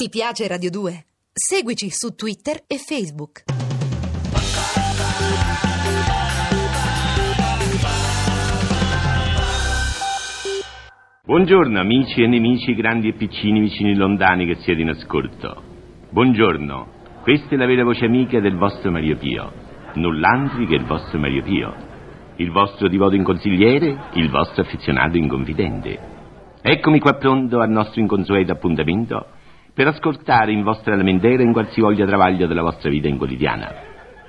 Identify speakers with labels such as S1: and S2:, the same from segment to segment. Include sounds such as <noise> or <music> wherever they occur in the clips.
S1: Ti piace Radio 2? Seguici su Twitter e Facebook.
S2: Buongiorno amici e nemici grandi e piccini, vicini e lontani che siete in ascolto. Buongiorno, questa è la vera voce amica del vostro Mario Pio, null'altri che il vostro Mario Pio, il vostro divoto in consigliere, il vostro affezionato in confidente. Eccomi qua pronto al nostro inconsueto appuntamento per ascoltare in vostra lamentela in qualsivoglia travaglio della vostra vita in quotidiana.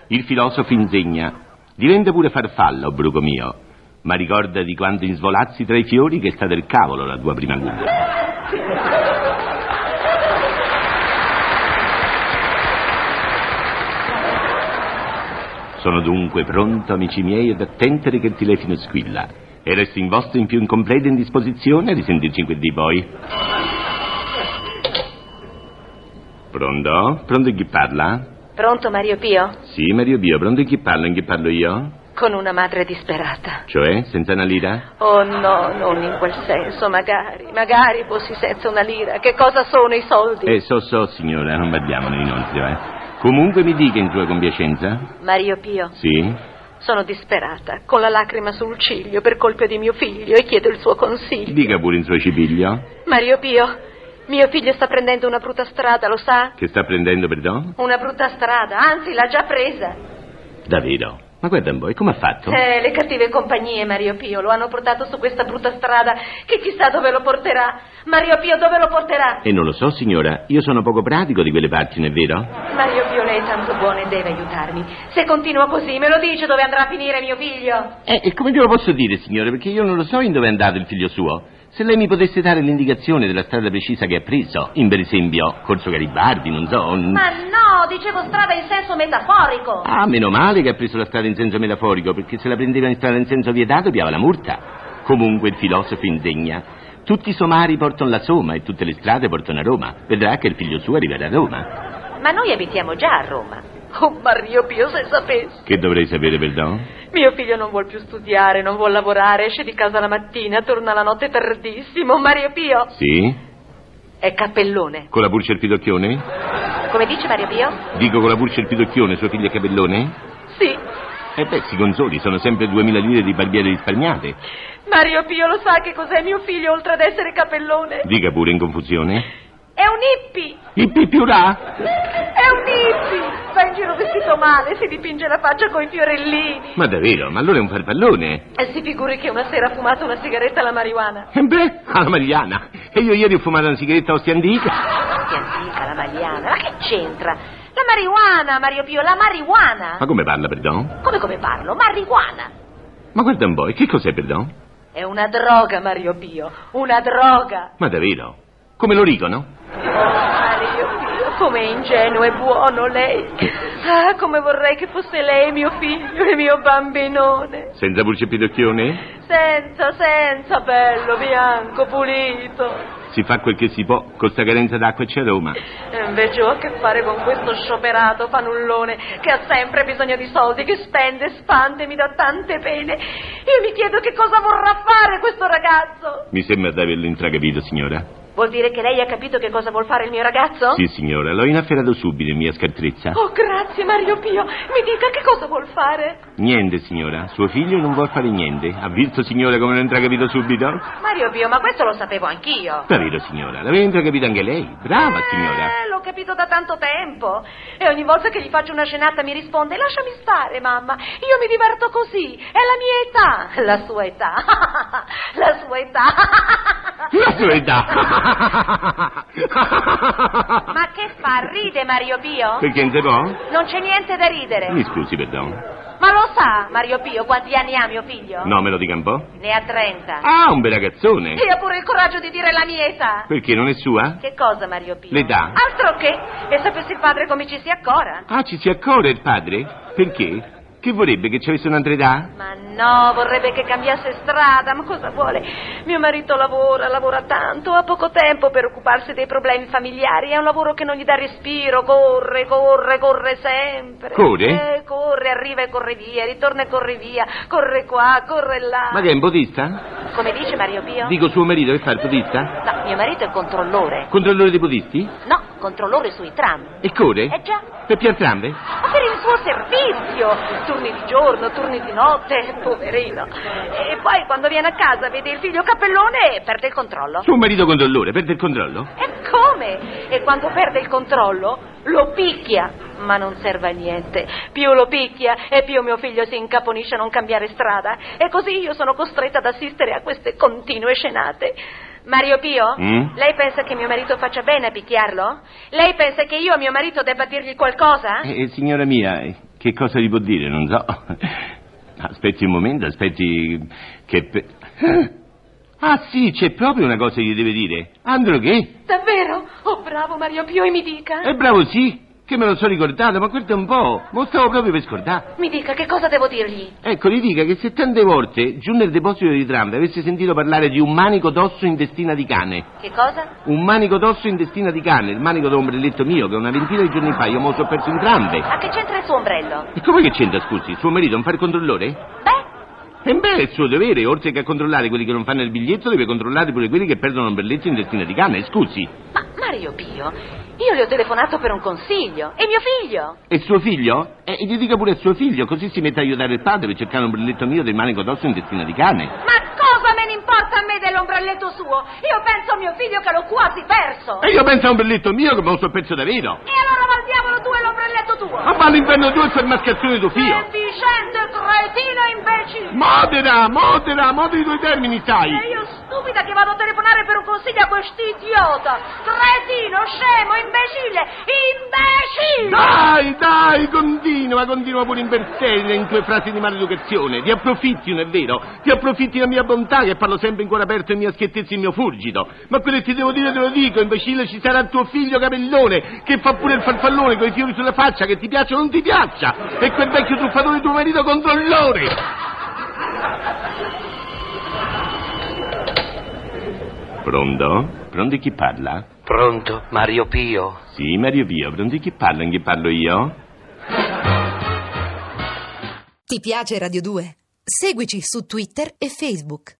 S2: Il filosofo insegna, diventa pure farfalla, o bruco mio, ma ricorda di quando in svolazzi tra i fiori che sta del cavolo la tua prima guglia. Sono dunque pronto, amici miei, ad attendere che il telefono squilla e resto in vostra in più incompleta indisposizione a risentirci in quel di poi. Pronto? Pronto chi parla?
S3: Pronto Mario Pio?
S2: Sì, Mario Bio, pronto chi parla? In chi parlo io?
S3: Con una madre disperata.
S2: Cioè, senza una lira?
S3: Oh no, non in quel senso, magari, magari fossi senza una lira. Che cosa sono i soldi?
S2: Eh, so, so, signora, non badiamone inoltre, eh. Comunque mi dica in sua compiacenza.
S3: Mario Pio,
S2: Sì?
S3: sono disperata, con la lacrima sul ciglio per colpa di mio figlio e chiedo il suo consiglio.
S2: Dica pure in suo cipiglio.
S3: Mario Pio, mio figlio sta prendendo una brutta strada, lo sa?
S2: Che sta prendendo, perdono?
S3: Una brutta strada, anzi l'ha già presa.
S2: Davvero? Ma guarda un po', e come ha fatto?
S3: Eh, le cattive compagnie, Mario Pio, lo hanno portato su questa brutta strada che chissà dove lo porterà. Mario Pio, dove lo porterà?
S2: E non lo so, signora, io sono poco pratico di quelle parti, non è vero?
S3: Mario Pio, lei è tanto buono e deve aiutarmi. Se continua così, me lo dice dove andrà a finire mio figlio?
S2: Eh, e come glielo posso dire, signore? Perché io non lo so in dove è andato il figlio suo. Se lei mi potesse dare l'indicazione della strada precisa che ha preso, in per esempio Corso Garibaldi, non so. un-
S3: Ma no, dicevo strada in senso metaforico.
S2: Ah, meno male che ha preso la strada in senso metaforico, perché se la prendeva in strada in senso vietato, piava la multa. Comunque il filosofo insegna. Tutti i somari portano la Soma e tutte le strade portano a Roma. Vedrà che il figlio suo arriverà a Roma.
S3: Ma noi abitiamo già a Roma. Oh, Mario Pio, se sapessi.
S2: Che dovrei sapere, perdono?
S3: Mio figlio non vuol più studiare, non vuol lavorare, esce di casa la mattina, torna la notte tardissimo. Mario Pio
S2: Sì?
S3: è cappellone.
S2: Con la pulce e il pidocchione?
S3: Come dice Mario Pio?
S2: Dico con la pulce e il pidocchione, sua figlia Capellone?
S3: Sì,
S2: E Eh beh, si consoli, sono sempre 2000 lire di barbiere risparmiate.
S3: Mario Pio lo sa che cos'è mio figlio oltre ad essere capellone?
S2: Dica pure in confusione.
S3: È un hippie!
S2: Il pipiurà!
S3: È un hippie! Va in giro vestito male, si dipinge la faccia coi fiorellini.
S2: Ma davvero, ma allora è un farfallone?
S3: E si figuri che una sera ha fumato una sigaretta alla marijuana.
S2: E Eh beh, alla Magliana. E io ieri ho fumato una sigaretta ostia antica.
S3: Che antica la marijuana, ma che c'entra? La marijuana, Mario Pio, la marijuana!
S2: Ma come parla, perdon?
S3: Come come parlo? Marijuana!
S2: Ma guarda un po', e che cos'è, perdon?
S3: È una droga, Mario Pio, una droga!
S2: Ma davvero? Come lo dicono?
S3: Oh, Mario Pio, com'è ingenuo e buono lei! Ah, come vorrei che fosse lei mio figlio e mio bambinone!
S2: Senza pulce e pidocchione?
S3: Senza, senza, bello, bianco, pulito.
S2: Si fa quel che si può, con sta carenza d'acqua c'è Roma.
S3: E Eh, invece ho a che fare con questo scioperato fanullone che ha sempre bisogno di soldi, che spende, spande, mi dà tante pene. Io mi chiedo che cosa vorrà fare questo ragazzo.
S2: Mi sembra di averlo intragapito, signora.
S3: Vuol dire che lei ha capito che cosa vuol fare il mio ragazzo?
S2: Sì, signora, l'ho inafferato subito in mia scartrezza.
S3: Oh, grazie Mario Pio. Mi dica che cosa vuol fare.
S2: Niente, signora, suo figlio non vuol fare niente. Ha visto, signora, come l'ho intragapito subito?
S3: Mario Pio, ma questo lo sapevo anch'io.
S2: Davvero, signora, l'aveva intragapita anche lei. Brava, Ah, signora.
S3: Eh, l'ho capito da tanto tempo. E ogni volta che gli faccio una scenata mi risponde: Lasciami stare, mamma. Io mi diverto così. È la mia età. <laughs> La sua età. <laughs> la sua età.
S2: La sua età!
S3: Ma che fa? Ride Mario Pio?
S2: Perché non si può?
S3: Non c'è niente da ridere.
S2: Mi scusi, perdono.
S3: Ma lo sa, Mario Pio, quanti anni ha mio figlio?
S2: No, me lo dica un po'.
S3: Ne ha 30.
S2: Ah, un bel ragazzone!
S3: E ha pure il coraggio di dire la mia età.
S2: Perché non è sua?
S3: Che cosa, Mario Pio?
S2: L'età?
S3: Altro che. E sapesse il padre come ci si accora?
S2: Ah, ci si accorre il padre? Perché? Che vorrebbe che ci avesse un'andredà?
S3: Ma no, vorrebbe che cambiasse strada, ma cosa vuole? Mio marito lavora, lavora tanto, ha poco tempo per occuparsi dei problemi familiari, è un lavoro che non gli dà respiro, corre, corre, corre sempre.
S2: Corre?
S3: Eh, corre, arriva e corre via, ritorna e corre via, corre qua, corre là.
S2: Ma che è un podista?
S3: Come dice Mario Pio?
S2: Dico suo marito che fa il podista?
S3: No, mio marito è controllore.
S2: Controllore dei podisti?
S3: No, controllore sui tram.
S2: E corre?
S3: Eh già.
S2: Per piantrambe?
S3: Ma per il suo servizio! Turni di giorno, turni di notte, poverino. E poi quando viene a casa vede il figlio cappellone e perde il controllo.
S2: Suo marito controllore, perde il controllo?
S3: E come? E quando perde il controllo lo picchia, ma non serve a niente. Più lo picchia e più mio figlio si incaponisce a non cambiare strada. E così io sono costretta ad assistere a queste continue scenate. Mario Pio,
S2: Mm?
S3: lei pensa che mio marito faccia bene a picchiarlo? Lei pensa che io a mio marito debba dirgli qualcosa?
S2: Eh, eh, signora mia, eh, che cosa gli può dire? Non so. Aspetti un momento, aspetti che... pe- Ah sì, c'è proprio una cosa che gli deve dire. Andro che?
S3: Davvero? Oh, bravo Mario Pio, e mi dica.
S2: Eh bravo sì, che me lo sono ricordato, ma questo è un po'. Mo stavo proprio per scordare.
S3: Mi dica che cosa devo dirgli.
S2: Ecco, gli dica che se tante volte giù nel deposito di tram avesse sentito parlare di un manico d'osso in testina di cane.
S3: Che cosa?
S2: Un manico d'osso in testina di cane, il manico d'ombrelletto mio che una ventina di giorni fa io mo' so perso entrambe.
S3: A che c'entra il suo ombrello?
S2: E come che c'entra, scusi? Suo marito non fa il controllore?
S3: Beh,
S2: E beh, è il suo dovere, oltre che a controllare quelli che non fanno il biglietto, deve controllare pure quelli che perdono l'ombrelletto in testina di cane, scusi.
S3: ma Mario Pio, io le ho telefonato per un consiglio. E mio figlio?
S2: E suo figlio? E gli dica pure a suo figlio, così si mette a aiutare il padre per cercare un brilletto mio del manico d'osso in testina di cane.
S3: Ma cosa me ne importa a me dell'ombrelletto suo? Io penso a mio figlio che l'ho quasi perso.
S2: E io penso a un brilletto mio che me lo so perso davvero.
S3: E allora va al diavolo tu e l'ombrelletto
S2: Ma
S3: tuo.
S2: va all'inferno tu e per mascazzone tuo figlio.
S3: Efficiente, cretino e imbecille.
S2: Modera, modera, modera i tuoi termini, sai.
S3: E io stupida che vado a telefonare per un consiglio a quest'idiota. Cretino, scemo, imbecille, imbecille!
S2: Dai, dai, continua, continua pure in bertelle in tue frasi di maleducazione. Ti approfitti, non è vero? Ti approfitti della mia bontà che parlo sempre in cuore aperto e mia schiettezza e il mio fulgido. Ma quello che ti devo dire te lo dico, imbecille, ci sarà tuo figlio capellone che fa pure il farfallone con i fiori sulla faccia, che ti piaccia o non ti piaccia. E quel vecchio truffatore tuo marito controllore. Pronto? Pronto chi parla?
S4: Pronto, Mario Pio.
S2: Sì, Mario Pio, pronto chi parla? In che parlo io?
S1: Ti piace Radio 2? Seguici su Twitter e Facebook.